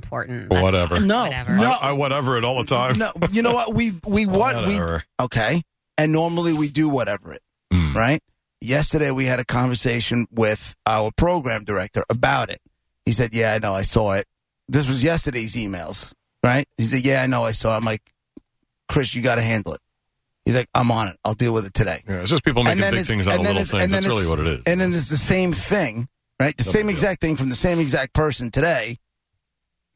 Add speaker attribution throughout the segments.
Speaker 1: important.
Speaker 2: Or
Speaker 1: That's
Speaker 2: whatever.
Speaker 1: fine.
Speaker 3: No.
Speaker 1: Whatever.
Speaker 3: No.
Speaker 2: I, I whatever it all the time. Oh,
Speaker 3: No, you know what? We we what we
Speaker 2: Whatever.
Speaker 3: okay. And normally we do whatever it
Speaker 2: Mm.
Speaker 3: right. Yesterday we had a conversation with our program director about it. He said, "Yeah, I know, I saw it." This was yesterday's emails, right? He said, "Yeah, I know, I saw." it. I'm like, "Chris, you got to handle it." He's like, "I'm on it. I'll deal with it today."
Speaker 2: Yeah, it's just people
Speaker 3: And
Speaker 2: making
Speaker 3: then
Speaker 2: big
Speaker 3: it's-
Speaker 2: things out
Speaker 3: and
Speaker 2: of
Speaker 3: then
Speaker 2: little
Speaker 3: it's- and
Speaker 2: things.
Speaker 3: then
Speaker 2: That's really
Speaker 3: it's-
Speaker 2: what it is.
Speaker 3: And then it's the same thing, right? The
Speaker 2: No
Speaker 3: same
Speaker 2: big deal.
Speaker 3: exact thing from the same exact person today,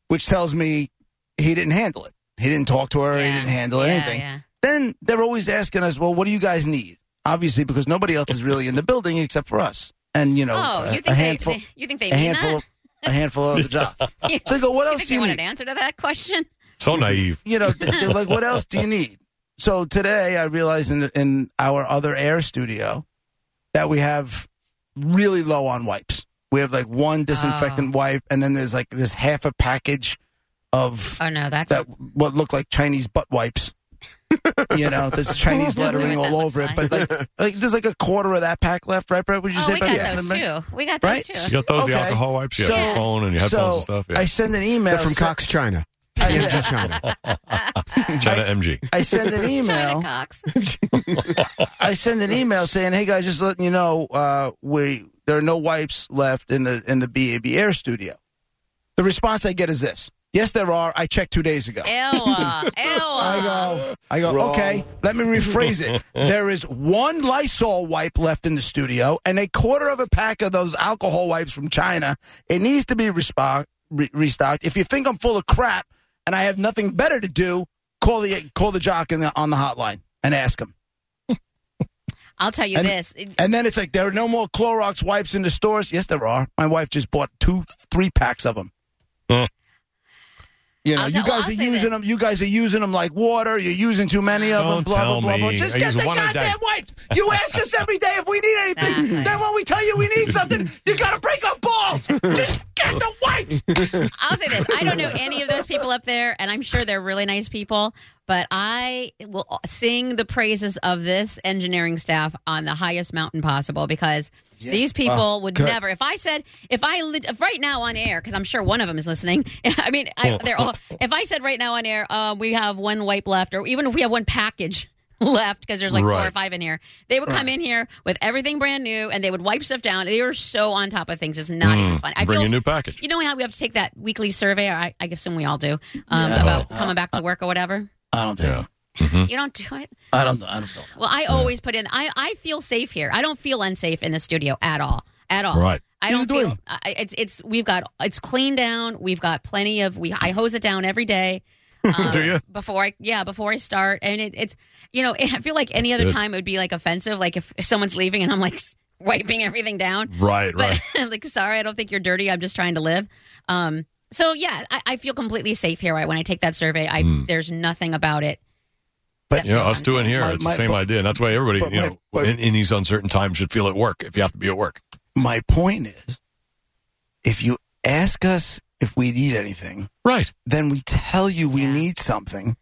Speaker 3: which tells me he didn't handle it. He didn't talk to her. He
Speaker 1: Yeah.
Speaker 3: didn't handle
Speaker 1: Yeah,
Speaker 3: anything
Speaker 1: yeah.
Speaker 3: then they're always asking us, well, what do you guys need? Obviously, because nobody else is really in the building except for us. And, you know,
Speaker 1: Oh,
Speaker 3: a,
Speaker 1: you
Speaker 3: a
Speaker 1: think they,
Speaker 3: handful,
Speaker 1: they- you think they
Speaker 3: a
Speaker 1: mean
Speaker 3: handful,
Speaker 1: that?
Speaker 3: of, a handful of the job.
Speaker 1: You
Speaker 3: So they go, what
Speaker 1: you
Speaker 3: else
Speaker 1: think
Speaker 3: do
Speaker 1: they
Speaker 3: you
Speaker 1: wanted
Speaker 3: need?
Speaker 1: an answer to that question?
Speaker 2: so naive.
Speaker 3: You know, they- they're like, what else do you need? So today I realized in, the, in our other air studio that we have really low on wipes. We have like one disinfectant
Speaker 1: Oh.
Speaker 3: wipe, and then there's like this half a package of
Speaker 1: Oh no, that's
Speaker 3: that what look like Chinese butt wipes. you know, there's Chinese
Speaker 1: Don't know
Speaker 3: lettering
Speaker 1: what
Speaker 3: all
Speaker 1: that
Speaker 3: over
Speaker 1: looks
Speaker 3: it, but like, like there's like a quarter of that pack left, right, Brett? Would you
Speaker 1: Oh,
Speaker 3: say?
Speaker 1: we
Speaker 3: Brett?
Speaker 1: got
Speaker 3: Yeah.
Speaker 1: those too. We got
Speaker 3: Right?
Speaker 1: those
Speaker 2: You
Speaker 1: too.
Speaker 2: got those,
Speaker 3: Okay.
Speaker 2: the alcohol wipes, you have
Speaker 3: So-
Speaker 2: your phone and your headphones
Speaker 3: so
Speaker 2: and stuff. Yeah.
Speaker 3: I send an email
Speaker 4: They're from Cox China. China,
Speaker 3: I,
Speaker 4: China.
Speaker 2: China MG.
Speaker 3: I send an
Speaker 1: China
Speaker 3: email.
Speaker 1: Cox.
Speaker 3: I send an email saying, "Hey guys, just letting you know, uh, we there are no wipes left in the in the BAB Air Studio." The response I get is this: "Yes, there are. I checked two days ago."
Speaker 1: Ew, ew.
Speaker 3: I go, I go, okay, let me rephrase it. there is one Lysol wipe left in the studio and a quarter of a pack of those alcohol wipes from China. It needs to be respo- re- restocked. If you think I'm full of crap and I have nothing better to do, call the call the jock in the, on the hotline and ask him.
Speaker 1: I'll tell you
Speaker 3: And-
Speaker 1: this. It-
Speaker 3: And then it's like, there are no more Clorox wipes in the stores. Yes, there are. My wife just bought two, three packs of them.
Speaker 2: Huh.
Speaker 3: You know,
Speaker 1: I'll
Speaker 3: you
Speaker 1: tell- well,
Speaker 3: guys
Speaker 1: I'll
Speaker 3: are
Speaker 1: say
Speaker 3: using
Speaker 1: this.
Speaker 3: them. You guys are using them like water. You're using too many of them.
Speaker 2: Don't
Speaker 3: Blah blah
Speaker 2: tell
Speaker 3: blah blah.
Speaker 2: me.
Speaker 3: Just
Speaker 2: I
Speaker 3: get
Speaker 2: use
Speaker 3: the
Speaker 2: one a day.
Speaker 3: goddamn wipes. You ask us every day if we need anything.
Speaker 1: Exactly.
Speaker 3: Then when we tell you we need something, you gotta break our balls. Just get the wipes.
Speaker 1: I'll say this. I don't know any of those people up there, and I'm sure they're really nice people. But I will sing the praises of this engineering staff on the highest mountain possible because these people would
Speaker 3: good.
Speaker 1: never. If I said, if I lit- if right now on air, because I'm sure one of them is listening. I mean, I, they're all. If I said right now on air, uh, we have one wipe left, or even if we have one package left, because there's like four or
Speaker 2: Right.
Speaker 1: five in here, they would come in here with everything brand new, and they would wipe stuff down. They were so on top of things. It's not even funny. I
Speaker 2: Hmm. Mm. Bring
Speaker 1: feel
Speaker 2: a new package.
Speaker 1: you know how we have to take that weekly survey? Or I, I assume we all do um, about
Speaker 2: Uh,
Speaker 1: coming back to work or whatever.
Speaker 3: I don't do.
Speaker 2: Yeah.
Speaker 3: it.
Speaker 1: You don't do it.
Speaker 3: I don't. I don't feel. that.
Speaker 1: Well, I always put in. I I feel safe here. I don't feel unsafe in the studio at all. At all.
Speaker 2: Right.
Speaker 1: I
Speaker 3: Neither
Speaker 1: don't
Speaker 3: do
Speaker 1: feel. I, it's it's we've got it's clean down. We've got plenty of we. I hose it down every day. um,
Speaker 2: Do you?
Speaker 1: Before I yeah before I start and it, it's you know I feel like any other
Speaker 2: Good.
Speaker 1: time it would be like offensive like if, if someone's leaving and I'm like wiping everything down
Speaker 2: Right, right.
Speaker 1: but like sorry i don't think you're dirty i'm just trying to live um so yeah i, I feel completely safe here I, when i take that survey i
Speaker 2: Mm.
Speaker 1: there's nothing about it
Speaker 3: But-
Speaker 1: that
Speaker 2: Yeah,
Speaker 1: feels
Speaker 2: us two in
Speaker 1: unsafe.
Speaker 2: here,
Speaker 3: My-
Speaker 2: it's
Speaker 3: my-
Speaker 2: the same
Speaker 3: but-
Speaker 2: idea. And that's why everybody,
Speaker 3: but
Speaker 2: you
Speaker 3: my-
Speaker 2: know,
Speaker 3: but-
Speaker 2: in, in these uncertain times should feel at work if you have to be at work.
Speaker 3: My point is, if you ask us if we need anything,
Speaker 2: Right.
Speaker 3: then we tell you we
Speaker 1: Yeah.
Speaker 3: need something.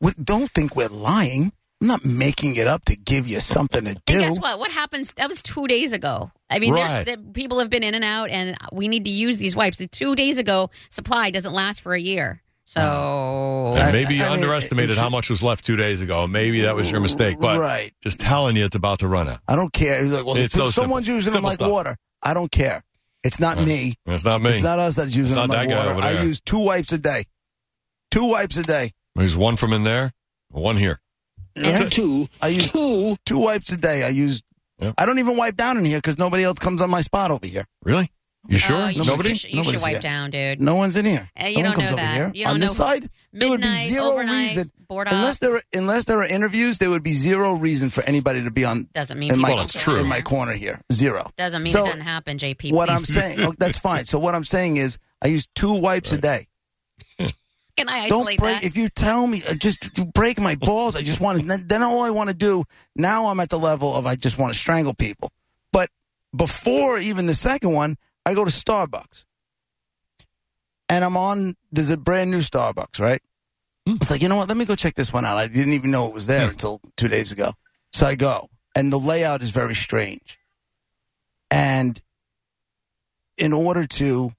Speaker 3: We don't think we're lying. I'm not making it up to give you something to
Speaker 1: and
Speaker 3: do.
Speaker 1: guess what what happens that was two days ago i mean
Speaker 2: Right.
Speaker 1: there's the, people have been in and out and we need to use these wipes the two days ago supply doesn't last for a year so
Speaker 2: And maybe you
Speaker 3: I mean,
Speaker 2: underestimated
Speaker 3: it's-
Speaker 2: how much was left two days ago. Maybe that was your mistake. But
Speaker 3: right,
Speaker 2: just telling you it's about to run out.
Speaker 3: I don't care. He's like, well,
Speaker 2: It's so
Speaker 3: someone's
Speaker 2: simple.
Speaker 3: using them
Speaker 2: Simple
Speaker 3: like
Speaker 2: stuff.
Speaker 3: water. I don't care. It's not
Speaker 2: Right.
Speaker 3: me.
Speaker 2: That's not me.
Speaker 3: It's not us that's using
Speaker 2: It's
Speaker 3: them
Speaker 2: not
Speaker 3: like
Speaker 2: that guy
Speaker 3: water.
Speaker 2: over
Speaker 3: I
Speaker 2: there.
Speaker 3: use two wipes a day. Two wipes a day.
Speaker 2: There's one from in there, one here.
Speaker 1: uh,
Speaker 3: That's it. I use two wipes a day. I use.
Speaker 2: Yep.
Speaker 3: I don't even wipe down in here because nobody else comes on my spot over here.
Speaker 2: Really? You
Speaker 1: Oh,
Speaker 3: Uh,
Speaker 2: sure?
Speaker 1: you should-
Speaker 2: Nobody?
Speaker 1: you should, you should
Speaker 3: Nobody's
Speaker 1: wipe
Speaker 3: here.
Speaker 1: down dude
Speaker 3: No one's in here.
Speaker 1: Uh, you
Speaker 3: no one
Speaker 1: don't
Speaker 3: comes
Speaker 1: know
Speaker 3: over
Speaker 1: that.
Speaker 3: here.
Speaker 1: You don't
Speaker 3: on
Speaker 1: know-
Speaker 3: this side, there would be
Speaker 1: midnight
Speaker 3: zero
Speaker 1: overnight
Speaker 3: reason.
Speaker 1: board
Speaker 3: Unless
Speaker 1: up
Speaker 3: there, unless there are interviews, there would be zero reason for anybody to be on
Speaker 1: doesn't mean
Speaker 3: in my
Speaker 1: people
Speaker 2: Well, it's
Speaker 1: don't
Speaker 2: true.
Speaker 1: go
Speaker 3: in
Speaker 1: in
Speaker 3: my
Speaker 1: there.
Speaker 3: corner here. Zero.
Speaker 1: doesn't mean
Speaker 3: So,
Speaker 1: it doesn't happen jp
Speaker 3: What
Speaker 1: please.
Speaker 3: I'm saying, oh, that's fine. So what I'm saying is, I use two wipes a day.
Speaker 1: can i
Speaker 3: Don't
Speaker 1: isolate
Speaker 3: break.
Speaker 1: that
Speaker 3: If you tell me, uh, just break my balls. I just want to. Then, then all I want to do now, I'm at the level of I just want to strangle people. But before even the second one, I go to Starbucks, and I'm on. There's a brand new Starbucks, right? It's like you know what? Let me go check this one out. I didn't even know it was there until two days ago. So I go, and the layout is very strange. And in order to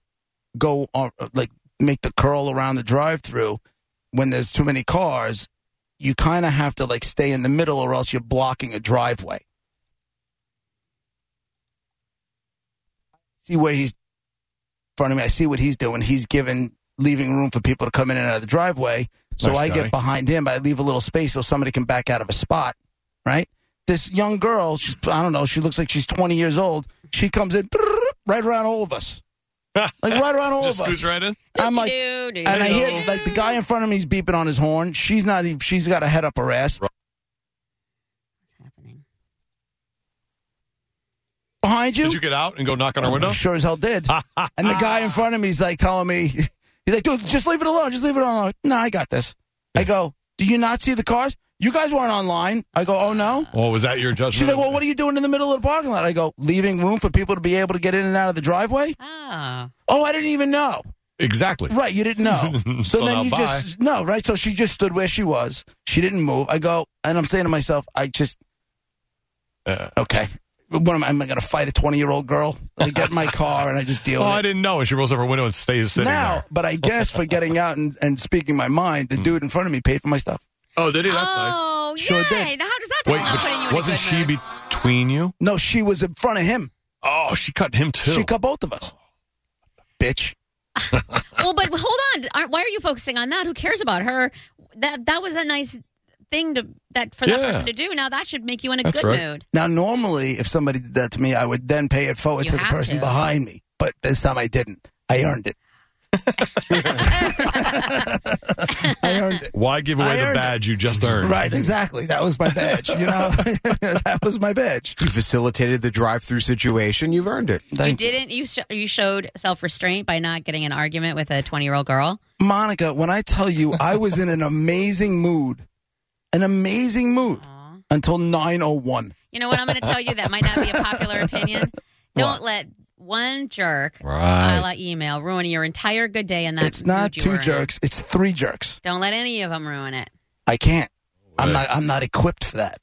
Speaker 3: go on, like make the curl around the drive-through when there's too many cars, you kind of have to like stay in the middle or else you're blocking a driveway. See where he's in front of me. I see what he's doing. He's giving leaving room for people to come in and out of the driveway. So
Speaker 2: Nice
Speaker 3: I
Speaker 2: guy.
Speaker 3: get behind him, but I leave a little space so somebody can back out of a spot, right? This young girl, she's I don't know, she looks like she's 20 years old. She comes in right around all of us. Like right around all
Speaker 2: Just
Speaker 3: of us.
Speaker 2: scoots right in.
Speaker 3: I'm like
Speaker 1: Do-do-do,
Speaker 3: and I hear
Speaker 1: do-do-do.
Speaker 3: like the guy in front of me is beeping on his horn. She's not. even She's got a head up her ass.
Speaker 1: What's happening?
Speaker 3: Behind you, Oh,
Speaker 2: Did you get out and go knock on her window?
Speaker 3: sure as hell did. and the guy in front of me is like telling me, he's like, dude, just leave it alone. Just leave it alone. No, I got this. I go, do you not see the cars? You guys weren't online. I go, oh no.
Speaker 2: Oh, was that your judgment?
Speaker 3: She's like, well, what are you doing in the middle of the parking lot? I go, leaving room for people to be able to get in and out of the driveway.
Speaker 1: Oh,
Speaker 3: Oh, I didn't even know.
Speaker 2: Exactly.
Speaker 3: Right, you didn't know.
Speaker 2: So
Speaker 3: so
Speaker 2: now
Speaker 3: then you
Speaker 2: bye.
Speaker 3: just no, right? So she just stood where she was. She didn't move. I go, and I'm saying to myself, I just
Speaker 2: Uh,
Speaker 3: okay. What am I, am I going to fight a 20 year old girl? I get in my car and I just deal
Speaker 2: oh, I
Speaker 3: with it.
Speaker 2: didn't know. And she rolls up her window and stays sitting
Speaker 3: now,
Speaker 2: there. Mm.
Speaker 3: but I guess for getting out and, and speaking my mind, the dude in front of me paid for my stuff.
Speaker 2: Oh, did he?
Speaker 1: oh,
Speaker 3: Sure
Speaker 1: yay!
Speaker 3: did.
Speaker 1: Now how does that?
Speaker 2: Wait,
Speaker 1: not put you in
Speaker 2: but
Speaker 1: a
Speaker 2: wasn't
Speaker 1: good
Speaker 2: she
Speaker 1: mood?
Speaker 2: between you?
Speaker 3: No, she was in front of him.
Speaker 2: Oh, she cut him too.
Speaker 3: She cut both of us. Bitch.
Speaker 1: well, but hold on. Aren't- Why are you focusing on that? Who cares about her? That that was a nice thing to that for that
Speaker 2: Yeah.
Speaker 1: person to do. Now that should make you in a
Speaker 2: That's
Speaker 1: good
Speaker 2: right.
Speaker 1: mood.
Speaker 3: Now, normally, if somebody did that to me, I would then pay it forward
Speaker 1: You
Speaker 3: to the
Speaker 1: have
Speaker 3: person
Speaker 1: to.
Speaker 3: behind me. But this time I didn't. I earned it. I earned it.
Speaker 2: Why give away
Speaker 3: I
Speaker 2: the
Speaker 3: earned
Speaker 2: badge you just earned?
Speaker 3: Right, exactly. That was my badge. You know, that was my badge.
Speaker 4: You facilitated the drive-through situation. You've earned it.
Speaker 1: You
Speaker 3: Thank
Speaker 1: didn't. You sh- you showed self restraint by not getting in an argument with a twenty year old girl.
Speaker 3: Monica, when I tell you I was in an amazing mood, an amazing mood
Speaker 1: Aw.
Speaker 3: until 901.
Speaker 1: You know what? I'm going to tell you that might not be a popular opinion. Don't let one jerk a
Speaker 2: Right.
Speaker 1: la email ruin your entire good day in that.
Speaker 3: It's not
Speaker 1: mood you
Speaker 3: two
Speaker 1: were in.
Speaker 3: jerks, it's three jerks.
Speaker 1: Don't let any of them ruin it.
Speaker 3: I can't. I'm not I'm not equipped for that.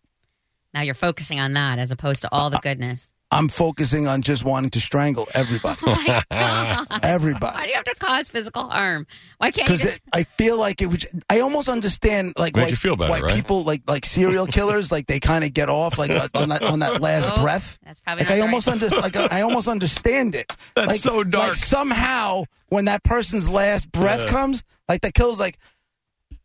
Speaker 1: Now you're focusing on that as opposed to all the goodness.
Speaker 3: I'm focusing on just wanting to strangle everybody.
Speaker 1: Oh my god! Why
Speaker 3: Everybody.
Speaker 1: do you have to cause physical harm? Why can't you
Speaker 3: Because
Speaker 1: just
Speaker 3: I feel like it would. I almost understand, like
Speaker 2: Made
Speaker 3: why,
Speaker 2: you feel better,
Speaker 3: why
Speaker 2: right?
Speaker 3: people like like serial killers, like they kind of get off, like on that on that last
Speaker 1: Oh,
Speaker 3: breath.
Speaker 1: That's probably
Speaker 3: Like
Speaker 1: not
Speaker 3: I
Speaker 1: the
Speaker 3: almost
Speaker 1: right-
Speaker 3: under, like I almost understand it.
Speaker 2: That's
Speaker 3: like,
Speaker 2: so dark.
Speaker 3: Like somehow, when that person's last breath
Speaker 2: Yeah.
Speaker 3: comes, like the killer's like,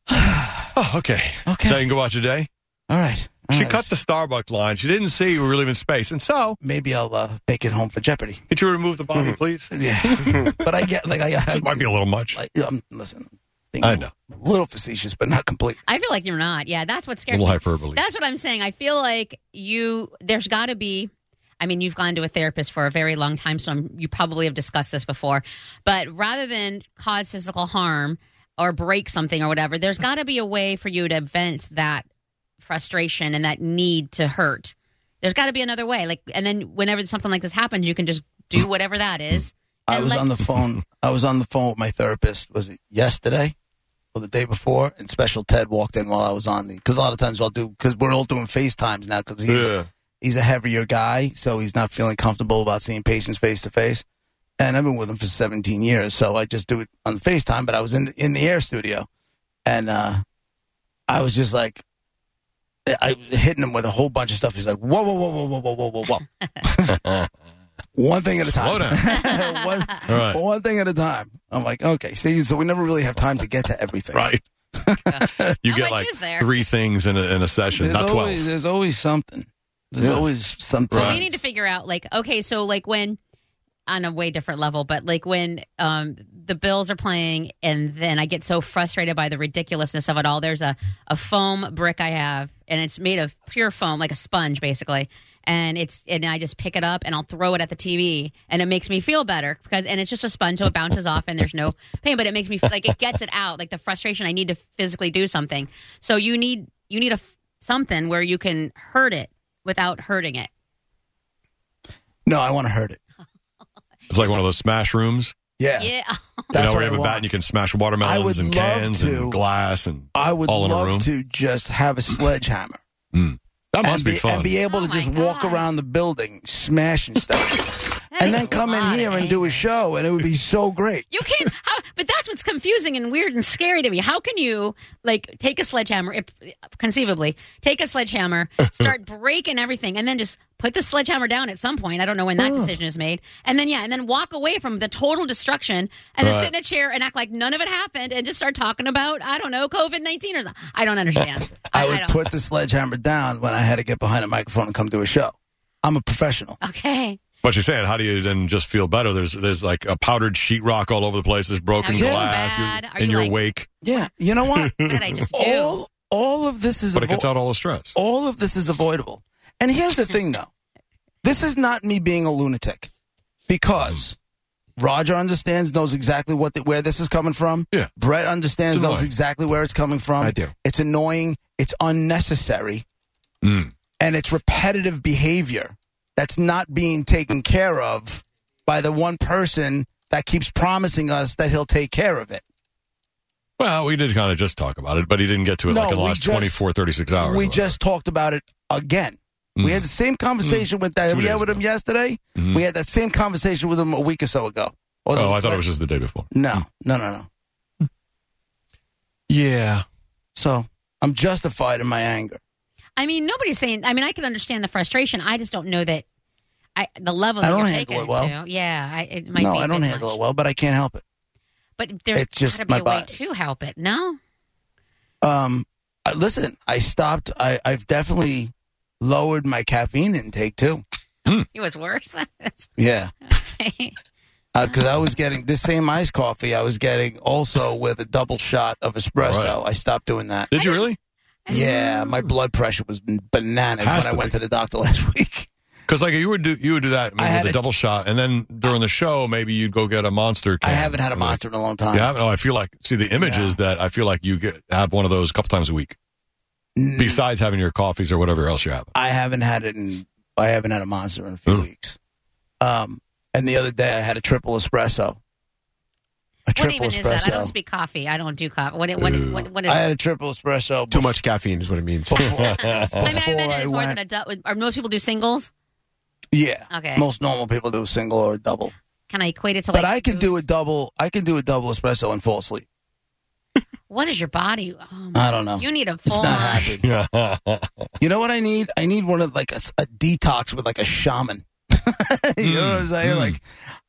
Speaker 2: Oh, okay.
Speaker 3: Okay.
Speaker 2: Now you can go about your day.
Speaker 3: all right. all
Speaker 2: She
Speaker 3: right,
Speaker 2: cut the Starbucks line. She didn't see we were leaving space. And so,
Speaker 3: Maybe I'll uh, make it home for Jeopardy.
Speaker 2: could you remove the
Speaker 3: Mm-hmm.
Speaker 2: body, please?
Speaker 3: Yeah, but I get like I, I
Speaker 2: This might be a little much.
Speaker 3: like, um, listen. Being
Speaker 2: I know.
Speaker 3: A little facetious, but not complete.
Speaker 1: I feel like you're not. Yeah, that's what
Speaker 2: A
Speaker 1: scares
Speaker 2: little
Speaker 1: me.
Speaker 2: hyperbole.
Speaker 1: That's what I'm saying. I feel like you. There's got to be. I mean, you've gone to a therapist for a very long time, so I'm, you probably have discussed this before. But rather than cause physical harm or break something or whatever, there's
Speaker 3: Mm.
Speaker 1: got to be a way for you to vent that frustration and that need to hurt. There's got to be another way. Like, and then whenever something like this happens, you can just do whatever that is.
Speaker 3: Mm. I
Speaker 1: and
Speaker 3: was
Speaker 1: let-
Speaker 3: on the phone. I was on the phone with my therapist. Was it yesterday or the day before? And Special Ted walked in while I was on the. Because a lot of times I'll do. Because we're all doing FaceTimes now. Because he's
Speaker 2: Yeah.
Speaker 3: he's a heavier guy, so he's not feeling comfortable about seeing patients face to face. And I've been with him for 17 years, so I just do it on FaceTime. But I was in the, in the air studio, and uh, I was just like, I I- hitting him with a whole bunch of stuff. He's like, whoa, whoa, whoa, whoa, whoa, whoa, whoa, whoa, whoa. One thing at a
Speaker 2: Slow
Speaker 3: time.
Speaker 2: down.
Speaker 3: one,
Speaker 2: All right.
Speaker 3: one thing at a time. I'm like, okay, see, so we never really have time to get to everything.
Speaker 2: Right. you
Speaker 1: How
Speaker 2: get
Speaker 1: much
Speaker 2: like
Speaker 1: is there?
Speaker 2: three things in a, in a session,
Speaker 3: There's
Speaker 2: not 12.
Speaker 3: always, there's always something. There's
Speaker 2: Yeah.
Speaker 3: always something.
Speaker 1: We need to figure out like okay, so like when on a way different level, but like when um the Bills are playing and then I get so frustrated by the ridiculousness of it all. There's a a foam brick I have and it's made of pure foam, like a sponge basically. And it's and I just pick it up and I'll throw it at the TV and it makes me feel better because and it's just a sponge so it bounces off and there's no pain but it makes me feel like it gets it out like the frustration I need to physically do something so you need you need a f- something where you can hurt it without hurting it
Speaker 3: No, I want to hurt it.
Speaker 2: It's like one of those smash rooms.
Speaker 3: Yeah.
Speaker 1: Yeah.
Speaker 2: You know,
Speaker 3: what
Speaker 2: where you have a bat
Speaker 3: I want.
Speaker 2: and you can smash
Speaker 3: I
Speaker 2: watermelons
Speaker 3: would
Speaker 2: and
Speaker 3: love
Speaker 2: cans
Speaker 3: to.
Speaker 2: and glass. And
Speaker 3: I would
Speaker 2: all in a room.
Speaker 3: love to just have a sledgehammer.
Speaker 2: that
Speaker 3: and
Speaker 2: must be fun.
Speaker 3: And be able
Speaker 1: Oh
Speaker 3: to just
Speaker 1: my
Speaker 3: walk
Speaker 1: God.
Speaker 3: around the building smashing stuff.
Speaker 1: That
Speaker 3: and
Speaker 1: is
Speaker 3: then
Speaker 1: a
Speaker 3: come in
Speaker 1: lot
Speaker 3: here
Speaker 1: of
Speaker 3: and do
Speaker 1: anger.
Speaker 3: a show, and it would be so great.
Speaker 1: You can, how, but that's what's confusing and weird and scary to me. How can you like take a sledgehammer, if, conceivably take a sledgehammer, start breaking everything, and then just put the sledgehammer down at some point? I don't know when that decision is made, and then yeah, and then walk away from the total destruction, and then
Speaker 2: Right.
Speaker 1: sit in a chair and act like none of it happened, and just start talking about I don't know COVID nineteen or something. I don't understand.
Speaker 3: I would
Speaker 1: don't.
Speaker 3: put the sledgehammer down when I had to get behind a microphone and come do a show. I'm a professional.
Speaker 1: okay.
Speaker 2: But you're saying, how do you then just feel better? There's there's like a powdered sheetrock all over the place. There's broken
Speaker 1: Are you
Speaker 2: glass
Speaker 1: bad?
Speaker 2: you're-
Speaker 1: Are
Speaker 2: in
Speaker 1: you
Speaker 2: your
Speaker 1: like-
Speaker 2: wake,
Speaker 3: Yeah, you know what?
Speaker 1: What did I just do?
Speaker 3: all all of this is
Speaker 2: but it
Speaker 3: avo-
Speaker 2: gets out all the stress.
Speaker 3: all of this is avoidable. And here's the thing, though, this is not me being a lunatic, because Roger understands, knows exactly what the, where this is coming from.
Speaker 2: Yeah.
Speaker 3: Brett understands,
Speaker 2: It's
Speaker 3: knows
Speaker 2: annoying.
Speaker 3: exactly where it's coming from.
Speaker 4: I do.
Speaker 3: It's annoying. It's unnecessary.
Speaker 2: Mm.
Speaker 3: and it's repetitive behavior that's not being taken care of by the one person that keeps promising us that he'll take care of it.
Speaker 2: Well, we did kind of just talk about it, but he didn't get to it
Speaker 3: No,
Speaker 2: like in the
Speaker 3: we
Speaker 2: last
Speaker 3: just-
Speaker 2: 24, 36 hours.
Speaker 3: we just talked about it again. We had the same conversation with that
Speaker 2: Mm-hmm. Two
Speaker 3: we had
Speaker 2: days
Speaker 3: with
Speaker 2: ago.
Speaker 3: him
Speaker 2: Mm-hmm.
Speaker 3: yesterday. We had that same conversation with him a week or so ago. Or the-
Speaker 2: Oh, I thought it was just the day before.
Speaker 3: No, no, no, no.
Speaker 2: Yeah.
Speaker 3: So I'm justified in my anger.
Speaker 1: I mean, nobody's saying. I mean, I can understand the frustration. I just don't know that. I, the level
Speaker 3: I
Speaker 1: that
Speaker 3: don't
Speaker 1: you're
Speaker 3: handle
Speaker 1: taking
Speaker 3: it well.
Speaker 1: to. Yeah, I, it might
Speaker 3: No,
Speaker 1: be a
Speaker 3: I don't
Speaker 1: bit
Speaker 3: handle
Speaker 1: much.
Speaker 3: it well, but I can't help it.
Speaker 1: But there's
Speaker 3: It's just
Speaker 1: gotta
Speaker 3: my
Speaker 1: be a way
Speaker 3: body.
Speaker 1: to help it. No,
Speaker 3: Um, I- listen, I stopped. I, I've definitely lowered my caffeine intake too.
Speaker 1: it was worse.
Speaker 3: Yeah.
Speaker 1: Okay.
Speaker 3: because I was getting this same iced coffee. I was getting also with a double shot of espresso. I stopped doing that.
Speaker 2: Did you really?
Speaker 3: Yeah, my blood pressure was bananas
Speaker 2: Has
Speaker 3: when I
Speaker 2: to
Speaker 3: went
Speaker 2: be.
Speaker 3: to the doctor last week.
Speaker 2: Because like you would do, you would do that
Speaker 3: I
Speaker 2: with
Speaker 3: had
Speaker 2: a
Speaker 3: a-
Speaker 2: double shot, and then during the show, maybe you'd go get a monster.
Speaker 3: I
Speaker 2: can.
Speaker 3: haven't had a monster in a long time.
Speaker 2: You haven't? Oh, I feel like see the image
Speaker 3: Yeah.
Speaker 2: is that I feel like you get have one of those a couple times a week.
Speaker 3: Mm,
Speaker 2: Besides having your coffees or whatever else you have.
Speaker 3: I haven't had it in. I haven't had a monster in a few
Speaker 2: Mm.
Speaker 3: weeks. Um, and the other day I had a triple espresso. A
Speaker 1: What
Speaker 3: triple
Speaker 1: even is
Speaker 3: espresso.
Speaker 1: that? I don't speak coffee. I don't do coffee. What? What?
Speaker 2: Ooh.
Speaker 1: What, what is?
Speaker 3: I had a triple espresso.
Speaker 4: Too
Speaker 3: bef-
Speaker 4: much caffeine is what it means.
Speaker 3: Before,
Speaker 1: I mean, I
Speaker 3: before
Speaker 1: imagine
Speaker 3: I
Speaker 1: it's more than
Speaker 3: went-
Speaker 1: a double. Are most people do singles?
Speaker 3: yeah.
Speaker 1: Okay.
Speaker 3: Most normal people do a single or a double.
Speaker 1: Can I equate it to like?
Speaker 3: But I can do a
Speaker 1: booze?
Speaker 3: double. I can do a double espresso and fall asleep.
Speaker 1: What is your body? Oh, my-
Speaker 3: I don't know.
Speaker 1: you need a
Speaker 3: It's
Speaker 1: full. on.
Speaker 3: not happening.
Speaker 2: Hmm.
Speaker 3: You know what I need? I need one of like a, s- a detox with like a shaman. you know what I'm saying?
Speaker 2: Mm, mm.
Speaker 3: Like,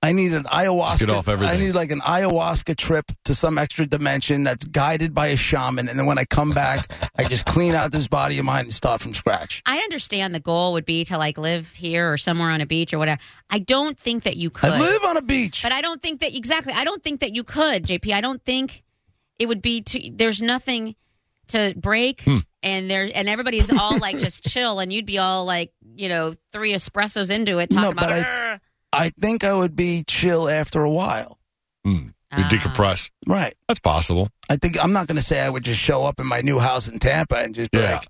Speaker 3: I need an ayahuasca.
Speaker 2: get off everything.
Speaker 3: I need like an ayahuasca trip to some extra dimension that's guided by a shaman, and then when I come back, I just clean out this body of mine and start from scratch.
Speaker 1: I understand the goal would be to like live here or somewhere on a beach or whatever. I don't think that you could.
Speaker 3: I live on a beach.
Speaker 1: But I don't think that exactly. I don't think that you could, JP. I don't think it would be too. There's nothing to break,
Speaker 2: Hmm.
Speaker 1: and there and everybody's all like just chill, and you'd be all like you know three espressos into it talking
Speaker 3: No,
Speaker 1: about.
Speaker 3: but I-
Speaker 1: "Arr."
Speaker 3: I think I would be chill after a while.
Speaker 2: Mm. You
Speaker 1: Ah.
Speaker 2: decompress.
Speaker 3: Right.
Speaker 2: That's possible.
Speaker 3: I think I'm not going to say I would just show up in my new house in Tampa and just be
Speaker 2: Yeah.
Speaker 3: like,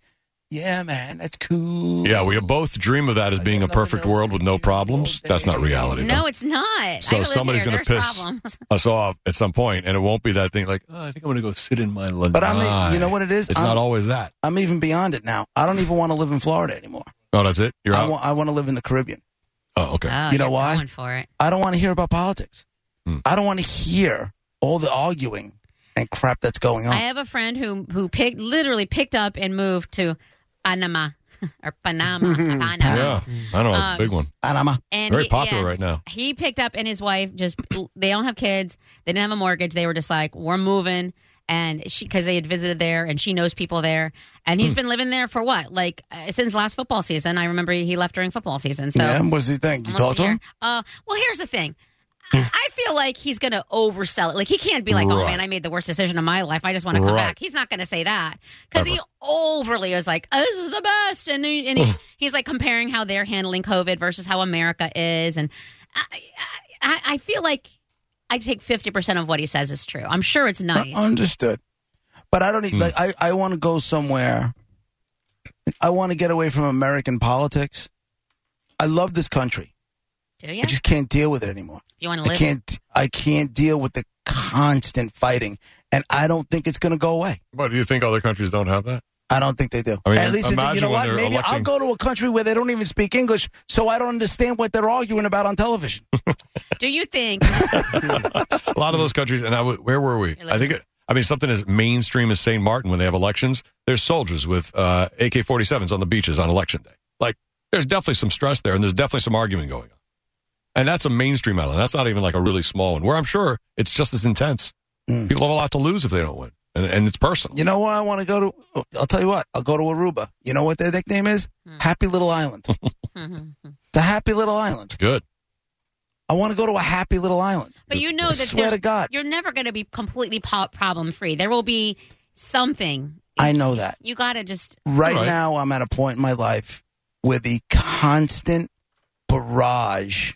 Speaker 3: "Yeah, man, that's cool."
Speaker 2: Yeah, we both dream of that as being a perfect world with no problems. That's not reality.
Speaker 1: no,
Speaker 2: though.
Speaker 1: it's not.
Speaker 2: So
Speaker 1: I live
Speaker 2: somebody's
Speaker 1: here.
Speaker 2: gonna
Speaker 1: There's
Speaker 2: piss.
Speaker 1: Problems.
Speaker 2: us off at some point, and it won't be that thing like oh, I think I'm going to go sit in my lanai.
Speaker 3: But I mean, you know what it is?
Speaker 2: It's
Speaker 3: I'm,
Speaker 2: not always that.
Speaker 3: I'm even beyond it now. I don't even want to live in Florida anymore.
Speaker 2: Oh, that's it. You're
Speaker 3: I
Speaker 2: out.
Speaker 3: want, I want to live in the Caribbean.
Speaker 2: oh, okay.
Speaker 1: Oh,
Speaker 3: You know
Speaker 1: you're
Speaker 3: why?
Speaker 1: Going for it.
Speaker 3: I don't want to hear about politics.
Speaker 2: Hmm.
Speaker 3: I don't want to hear all the arguing and crap that's going on.
Speaker 1: I have a friend who who picked literally picked up and moved to Panama or Panama, Panama.
Speaker 2: yeah, I know.
Speaker 1: Um,
Speaker 2: big one.
Speaker 3: Panama.
Speaker 1: And
Speaker 2: Very
Speaker 1: he-
Speaker 2: popular
Speaker 1: yeah.
Speaker 2: right now.
Speaker 1: he picked up and his wife just they don't have kids they didn't have a mortgage they were just like we're moving and she because they had visited there and she knows people there and
Speaker 2: Hmm.
Speaker 1: he's been living there for what like uh, since last football season i remember he left during football season so
Speaker 3: yeah, what does he think? You
Speaker 1: almost a
Speaker 3: talk to
Speaker 1: year.
Speaker 3: him? Hmm.
Speaker 1: Uh, well here's the thing I feel like he's going to oversell it. Like he can't be like, "Oh
Speaker 2: Right.
Speaker 1: man, I made the worst decision of my life. I just want to come
Speaker 2: Right.
Speaker 1: back." He's not going to say that because he overly is like, oh, "This is the best," and he, and he, he's like comparing how they're handling COVID versus how America is, and I, I, I feel like I take fifty percent of what he says is true. I'm sure it's nice.
Speaker 3: Uh, understood. But I don't
Speaker 2: Hmm.
Speaker 3: need, like, I, I want to go somewhere. I want to get away from American politics. I love this country.
Speaker 1: Do you?
Speaker 3: I just can't deal with it anymore.
Speaker 1: You want to
Speaker 3: I
Speaker 1: live?
Speaker 3: can't. I can't deal with the constant fighting, and I don't think it's going to go away.
Speaker 2: But do you think other countries don't have that?
Speaker 3: I don't think they do.
Speaker 2: I mean,
Speaker 3: At least, it-
Speaker 2: imagine
Speaker 3: you know
Speaker 2: when
Speaker 3: what?
Speaker 2: they're
Speaker 3: Maybe I'll
Speaker 2: electing-
Speaker 3: go to a country where they don't even speak English, so I don't understand what they're arguing about on television.
Speaker 1: Do you think?
Speaker 2: a lot of those countries, and I would, where were we? I think, it, I mean, something as mainstream as St. Martin when they have elections, there's soldiers with uh, AK 47s on the beaches on election day. Like, there's definitely some stress there, and there's definitely some argument going on. And that's a mainstream island. That's not even like a really small one, where I'm sure it's just as intense.
Speaker 3: Mm.
Speaker 2: People have a lot to lose if they don't win, and, and it's personal.
Speaker 3: You know where I want to go to? Oh, I'll tell you what. I'll go to Aruba. You know what their nickname is?
Speaker 1: Hmm.
Speaker 3: Happy Little Island.
Speaker 1: but
Speaker 3: It's a happy little island.
Speaker 2: Good.
Speaker 3: I want to go to a happy little island.
Speaker 1: you know
Speaker 3: I
Speaker 1: Oh, that
Speaker 3: swear
Speaker 1: there's
Speaker 3: to God,
Speaker 1: you're never going to be completely po- problem free. There will be something.
Speaker 3: I know that.
Speaker 1: You got to just
Speaker 3: Right,
Speaker 2: Right.
Speaker 3: now, I'm at a point in my life where the constant barrage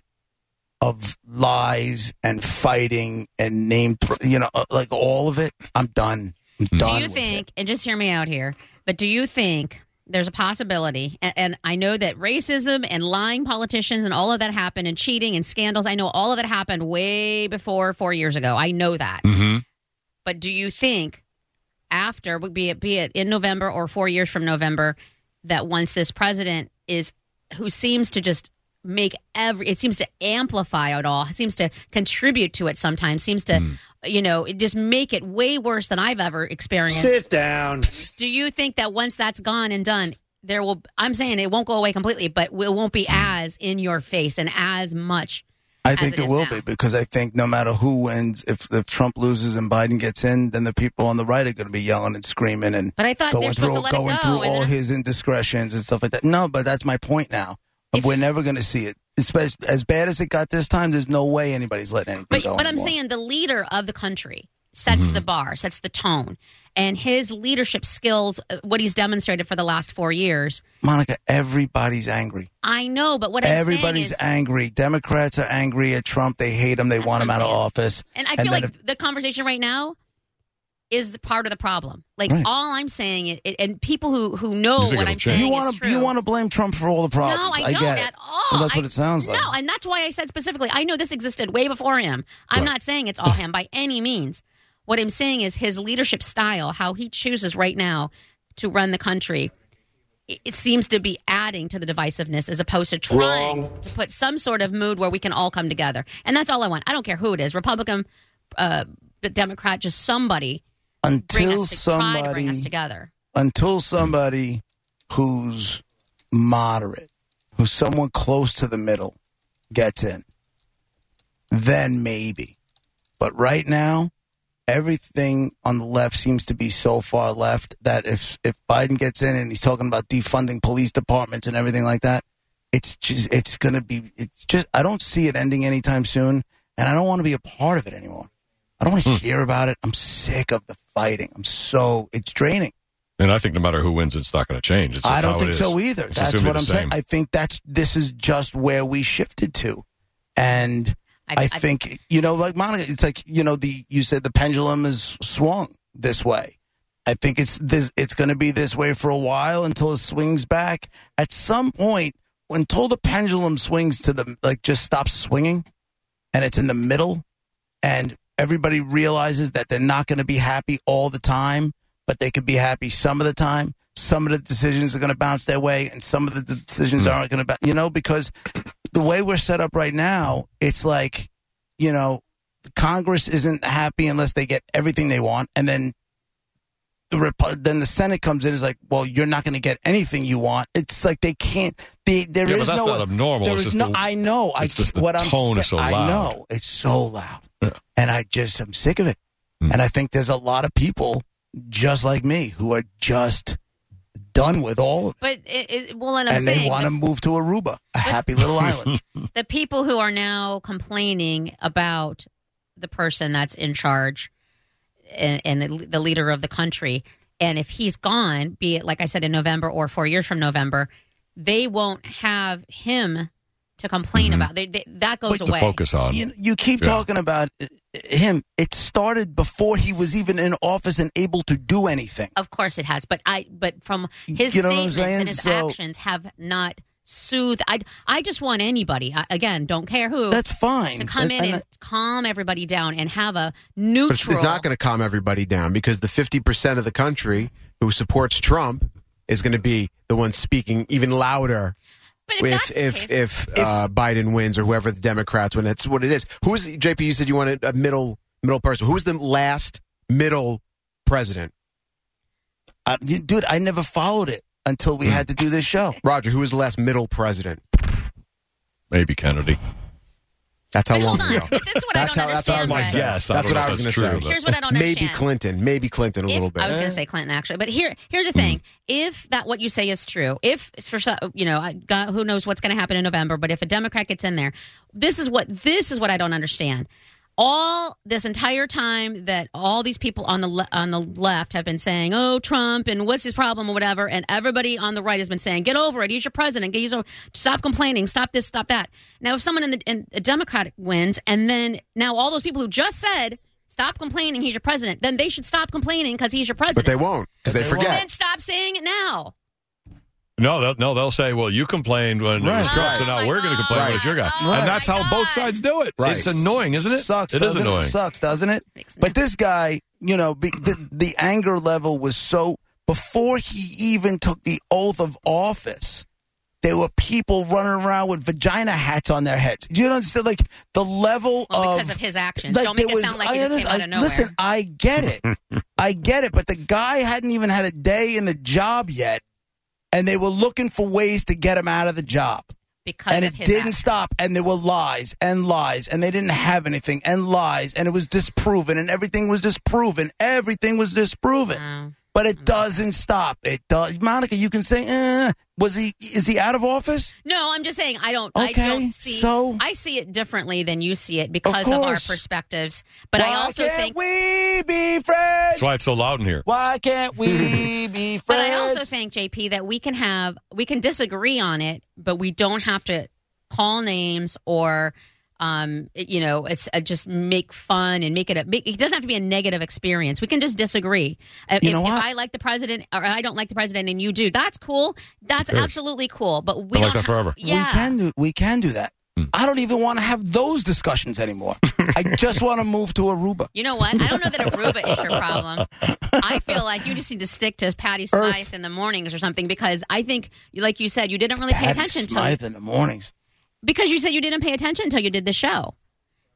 Speaker 3: of lies and fighting and name, you know, uh, like all of it. I'm done. I'm
Speaker 2: Do
Speaker 3: done.
Speaker 1: do you
Speaker 3: with
Speaker 1: think and just hear me out here but do you think there's a possibility and, and i know that racism and lying politicians and all of that happened and cheating and scandals i know all of that happened way before four years ago i know that
Speaker 2: Mm-hmm.
Speaker 1: but do you think after be it be it in november or four years from november that once this president is who seems to just make every it seems to amplify it all it seems to contribute to it sometimes seems to
Speaker 3: Hmm.
Speaker 1: you know it just make it way worse than i've ever experienced
Speaker 5: Sit down.
Speaker 1: do you think that once that's gone and done, there will? I'm saying it won't go away completely, but it won't
Speaker 3: Hmm.
Speaker 1: be as in your face and as much.
Speaker 3: I
Speaker 1: as
Speaker 3: think
Speaker 1: it
Speaker 3: it,
Speaker 1: is
Speaker 3: will
Speaker 1: now.
Speaker 3: be because I think no matter who wins, if, if Trump loses and Biden gets in, then the people on the right are going to be yelling and screaming and
Speaker 1: But I thought they're
Speaker 3: going
Speaker 1: supposed
Speaker 3: through
Speaker 1: to let
Speaker 3: going
Speaker 1: it go.
Speaker 3: through
Speaker 1: and
Speaker 3: all
Speaker 1: then-
Speaker 3: his indiscretions and stuff like that. No, but that's my point now.
Speaker 1: If-
Speaker 3: We're never going to see it, especially as bad as it got this time. There's no way anybody's letting anything
Speaker 1: but
Speaker 3: go.
Speaker 1: but I'm
Speaker 3: anymore.
Speaker 1: saying the leader of the country sets the
Speaker 3: Mm-hmm.
Speaker 1: bar, sets the tone, and his leadership skills, uh, what he's demonstrated for the last four years.
Speaker 3: Monica, everybody's angry.
Speaker 1: I know, but what I'm
Speaker 3: everybody's
Speaker 1: saying is,
Speaker 3: angry. Democrats are angry at Trump. They hate him. They
Speaker 1: That's
Speaker 3: want him
Speaker 1: what
Speaker 3: out
Speaker 1: I'm
Speaker 3: of
Speaker 1: saying.
Speaker 3: office.
Speaker 1: and I
Speaker 3: and
Speaker 1: feel
Speaker 3: then
Speaker 1: like the conversation right now is the part of the problem. Like
Speaker 3: Right.
Speaker 1: all I'm saying, it, it- and people who who know
Speaker 2: You think
Speaker 1: what
Speaker 2: it'll
Speaker 1: I'm
Speaker 2: change?
Speaker 1: saying
Speaker 3: You
Speaker 1: is
Speaker 3: want to
Speaker 1: true.
Speaker 3: you want to blame Trump for all the problems.
Speaker 1: No, I, don't
Speaker 3: get
Speaker 1: at
Speaker 3: it.
Speaker 1: all.
Speaker 3: But that's
Speaker 1: I-
Speaker 3: what it sounds like.
Speaker 1: No, and that's why I said specifically. I know this existed way before him. I'm
Speaker 2: Right.
Speaker 1: not saying it's all him by any means. What I'm saying is his leadership style, how he chooses right now to run the country. It it seems to be adding to the divisiveness as opposed to trying
Speaker 5: Wrong.
Speaker 1: to put some sort of mood where we can all come together. And that's all I want. I don't care who it is Republican, uh, the Democrat, just somebody bring
Speaker 3: Until
Speaker 1: us to, try to bring us
Speaker 3: somebody
Speaker 1: together.
Speaker 3: until somebody who's moderate, who's someone close to the middle, gets in, then maybe. But right now, everything on the left seems to be so far left that if if Biden gets in and he's talking about defunding police departments and everything like that, it's just it's gonna be it's just I don't see it ending anytime soon, and I don't want to be a part of it anymore. I don't want to hear about it. I'm sick of the fighting. I'm so it's draining.
Speaker 2: And I think no matter who wins, it's not going to change. It's just
Speaker 3: I
Speaker 2: how
Speaker 3: don't
Speaker 2: it
Speaker 3: think
Speaker 2: is.
Speaker 3: so either.
Speaker 2: It's just
Speaker 3: that's
Speaker 2: gonna be
Speaker 3: what
Speaker 2: the
Speaker 3: I'm saying.
Speaker 2: same.
Speaker 3: I think that's this is just where we shifted to, and I,
Speaker 1: I-
Speaker 3: think you know, like Monica, it's like you know the you said the pendulum is swung this way. I think it's this. It's going to be this way for a while until it swings back. At some point, until the pendulum swings to the like, just stops swinging, and it's in the middle, and everybody realizes that they're not going to be happy all the time, but they could be happy some of the time. Some of the decisions are going to bounce their way, and some of the decisions aren't going to, bounce. you know, because the way we're set up right now, it's like, you know, Congress isn't happy unless they get everything they want, and then the Repu- then the Senate comes in is like, well, you're not going to get anything you want. It's like they can't. They, there
Speaker 2: yeah,
Speaker 3: is
Speaker 2: but that's
Speaker 3: no.
Speaker 2: not abnormal.
Speaker 3: There
Speaker 2: It's
Speaker 3: is
Speaker 2: just
Speaker 3: no.
Speaker 2: the-
Speaker 3: I know. I
Speaker 2: it's just the
Speaker 3: what
Speaker 2: tone
Speaker 3: I'm
Speaker 2: is so
Speaker 3: I
Speaker 2: loud.
Speaker 3: know it's so loud,
Speaker 2: Yeah.
Speaker 3: and I just I'm sick of it.
Speaker 2: Mm.
Speaker 3: And I think there's a lot of people just like me who are just done with all of it,
Speaker 1: But it, it, well, and I'm
Speaker 3: and
Speaker 1: saying
Speaker 3: they want
Speaker 1: the
Speaker 3: to move to Aruba, a happy little island.
Speaker 1: the people who are now complaining about the person that's in charge and, and the, the leader of the country, and if he's gone, be it like I said in November or four years from November, they won't have him to complain
Speaker 2: Mhm.
Speaker 1: about. They, they, that goes
Speaker 2: to
Speaker 1: away.
Speaker 2: focus on.
Speaker 3: you, you keep
Speaker 2: Yeah.
Speaker 3: talking about uh, him. It started before he was even in office and able to do anything.
Speaker 1: Of course, it has, but I but from his
Speaker 3: You know what I'm
Speaker 1: statements and his
Speaker 3: saying? So-
Speaker 1: actions have not soothe. I I just want anybody I, again, don't care who,
Speaker 3: That's fine.
Speaker 1: Oh. to come
Speaker 3: And-
Speaker 1: in
Speaker 3: and
Speaker 1: and calm everybody down and have a neutral.
Speaker 4: But it's, it's not going to calm everybody down because the 50% of the country who supports Trump is going to be the one speaking even louder
Speaker 1: But if, that's
Speaker 4: if
Speaker 1: the
Speaker 4: if
Speaker 1: case-
Speaker 4: if, uh, Biden wins or whoever the Democrats win. That's what it is. Who's JP? You said you wanted a middle middle person. Who was the last middle president?
Speaker 3: I, dude, I never followed it until
Speaker 2: Hmm.
Speaker 3: we had to do this show.
Speaker 4: Roger. Who was the last middle president?
Speaker 2: Maybe Kennedy.
Speaker 4: That's how
Speaker 1: But
Speaker 4: long
Speaker 1: hold on.
Speaker 4: ago.
Speaker 1: But this is what I
Speaker 4: That's
Speaker 1: don't
Speaker 4: how- that's
Speaker 1: understand.
Speaker 4: how
Speaker 2: My
Speaker 4: Right.
Speaker 1: Brett.
Speaker 2: guess.
Speaker 4: That's
Speaker 2: I don't
Speaker 4: what
Speaker 2: know
Speaker 4: I
Speaker 2: if
Speaker 4: was
Speaker 2: that's
Speaker 4: gonna
Speaker 2: true,
Speaker 4: say.
Speaker 2: but-
Speaker 1: Here's what I don't
Speaker 4: Maybe
Speaker 1: understand.
Speaker 4: Clinton. Maybe Clinton a
Speaker 1: If-
Speaker 4: little bit.
Speaker 1: I was going to say Clinton actually, but here, here's the thing: if that what you say is true, if for so- you know, I- God, who knows what's going to happen in November, but if a Democrat gets in there, this is what this is what I don't understand. All this entire time that all these people on the le- on the left have been saying, "Oh, Trump," and what's his problem, or whatever, and everybody on the right has been saying, "Get over it. He's your president. Get, he's over, stop complaining. Stop this. Stop that." Now, if someone in the in, a Democrat wins, and then now all those people who just said stop complaining he's your president then they should stop complaining because he's your
Speaker 4: but
Speaker 1: president
Speaker 4: they won't because they
Speaker 3: They won't.
Speaker 1: then
Speaker 4: forget.
Speaker 1: stop saying it now
Speaker 2: No, they'll, no, they'll say, "Well, you complained when it was
Speaker 3: Right.
Speaker 2: Trump, so now
Speaker 1: Oh,
Speaker 2: we're going to
Speaker 1: my
Speaker 2: complain when it's your guy."
Speaker 1: God.
Speaker 3: Right.
Speaker 2: And that's
Speaker 1: Oh,
Speaker 2: how
Speaker 1: my
Speaker 2: both
Speaker 1: God.
Speaker 2: sides do it.
Speaker 4: Right.
Speaker 2: It's annoying, isn't it?
Speaker 3: Sucks.
Speaker 2: It is
Speaker 3: doesn't
Speaker 2: annoying.
Speaker 3: It sucks, doesn't it? But this guy, you know, be, the, the anger level was so. Before he even took the oath of office, there were people running around with vagina hats on their heads. Do you understand? Like the level
Speaker 1: well,
Speaker 3: of.
Speaker 1: because of his actions
Speaker 3: like,
Speaker 1: don't make
Speaker 3: there
Speaker 1: it sound like
Speaker 3: I
Speaker 1: he just came
Speaker 3: understand-
Speaker 1: out of nowhere
Speaker 3: I- Listen, I get it. I get it. But the guy hadn't even had a day in the job yet, and they were looking for ways to get him out of the job
Speaker 1: because
Speaker 3: and
Speaker 1: of
Speaker 3: it
Speaker 1: his
Speaker 3: didn't
Speaker 1: actions.
Speaker 3: stop and there were lies and lies and they didn't have anything and lies and it was disproven and everything was disproven everything was disproven
Speaker 1: Oh.
Speaker 3: but it doesn't stop it does monica you can say eh, was he is he out of office
Speaker 1: no i'm just saying i don't i
Speaker 3: Okay,
Speaker 1: don't see
Speaker 3: so-
Speaker 1: i see it differently than you see it because of, our
Speaker 3: course.
Speaker 1: perspectives but
Speaker 3: why
Speaker 1: i also
Speaker 3: can't
Speaker 1: think
Speaker 3: we be friends
Speaker 2: That's why it's so loud in here.
Speaker 3: why can't we be friends
Speaker 1: but i also think jp that we can have we can disagree on it but we don't have to call names or um, it- you know, it's uh, just make fun and make it a. Make, it doesn't have to be a negative experience. We can just disagree. Uh,
Speaker 3: You
Speaker 1: if,
Speaker 3: know
Speaker 1: if
Speaker 3: what?
Speaker 1: I like the president or I don't like the president and you do, that's cool. That's
Speaker 2: Sure.
Speaker 1: absolutely cool. But we
Speaker 2: Been like
Speaker 1: don't
Speaker 2: that forever.
Speaker 1: Have, yeah,
Speaker 3: we can do we can do that i don't even want to have those discussions anymore i just want to move to aruba
Speaker 1: You know what? I don't know that Aruba is your problem. I feel like you just need to stick to Patty Smythe in the mornings or something because I think, like you said, you didn't really pay
Speaker 3: Patty
Speaker 1: attention to
Speaker 3: Smythe in the mornings
Speaker 1: Because you said you didn't pay attention until you did the show.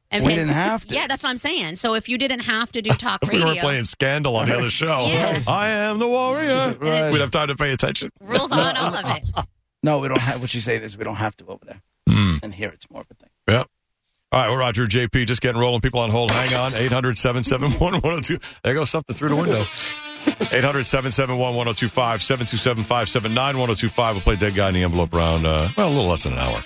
Speaker 1: And,
Speaker 3: We didn't have to.
Speaker 1: Yeah, that's what I'm saying. So if you didn't have to do talk
Speaker 2: If we
Speaker 1: radio,
Speaker 2: were playing Scandal on the other show,
Speaker 1: Yeah.
Speaker 2: I am the warrior.
Speaker 1: Right.
Speaker 2: We'd have time to pay attention.
Speaker 1: rules on all of it.
Speaker 3: No, we don't have. What you say is we don't have to over there. And here it's more of a thing.
Speaker 2: Yep. All right, well, Roger, JP, just getting rolling. People on hold, hang on. 800 771 1025. There goes something through the window. 800 771 1025, 727 579 1025. We'll play Dead Guy in the Envelope around, uh, well, a little less than an hour.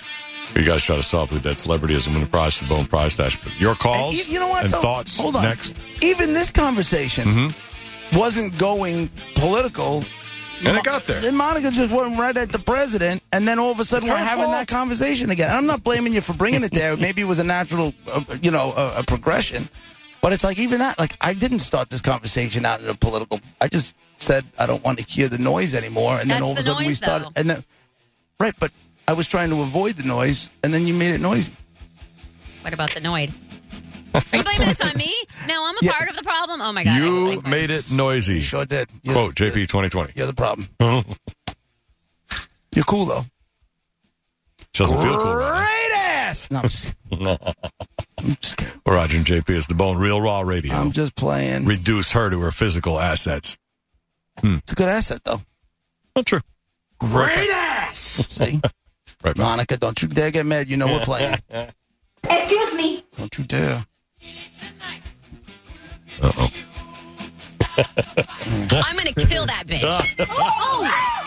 Speaker 2: You guys try to solve who that celebrity is and win a prize from Bone Prize Stash. But your calls
Speaker 3: and e- you know what?
Speaker 2: and
Speaker 3: though?
Speaker 2: thoughts
Speaker 3: Hold on.
Speaker 2: next. Mm-hmm.
Speaker 3: Even this conversation wasn't going political.
Speaker 2: And it got there.
Speaker 3: And Monica just went right at the president, and then all of a sudden
Speaker 2: It's
Speaker 3: we're
Speaker 2: her
Speaker 3: having that
Speaker 2: fault.
Speaker 3: conversation again. And I'm not blaming you for bringing it there. Maybe it was a natural, uh, you know, a, a progression. But it's like even that. Like I didn't start this conversation out in a political. I just said I don't want to hear the noise anymore. And then
Speaker 1: That's
Speaker 3: all of a
Speaker 1: the
Speaker 3: sudden we
Speaker 1: noise,
Speaker 3: started.
Speaker 1: though.
Speaker 3: And then, right, but I was trying to avoid the noise, and then you made it noisy.
Speaker 1: What about the Noid? Are you blaming this on me? No, I'm a
Speaker 3: Yeah.
Speaker 1: part of the problem. Oh my god! I
Speaker 2: You
Speaker 1: hate my-
Speaker 2: made it noisy.
Speaker 3: You sure did. You're-
Speaker 2: Quote JP 2020.
Speaker 3: You're the problem. You're cool though.
Speaker 2: She doesn't feel cool. right now.
Speaker 3: Great ass. No, I'm just kidding. I'm just kidding.
Speaker 2: Well, Roger and JP is the Bone Real Raw Radio.
Speaker 3: I'm just playing.
Speaker 2: Reduce her to her physical assets.
Speaker 3: It's a good asset though.
Speaker 2: Not true. Great.
Speaker 3: See,
Speaker 2: Right back.
Speaker 3: Monica, don't you dare get mad. You know we're playing.
Speaker 5: Excuse me.
Speaker 3: Don't you dare.
Speaker 2: Ah.
Speaker 1: I'm going to kill that bitch.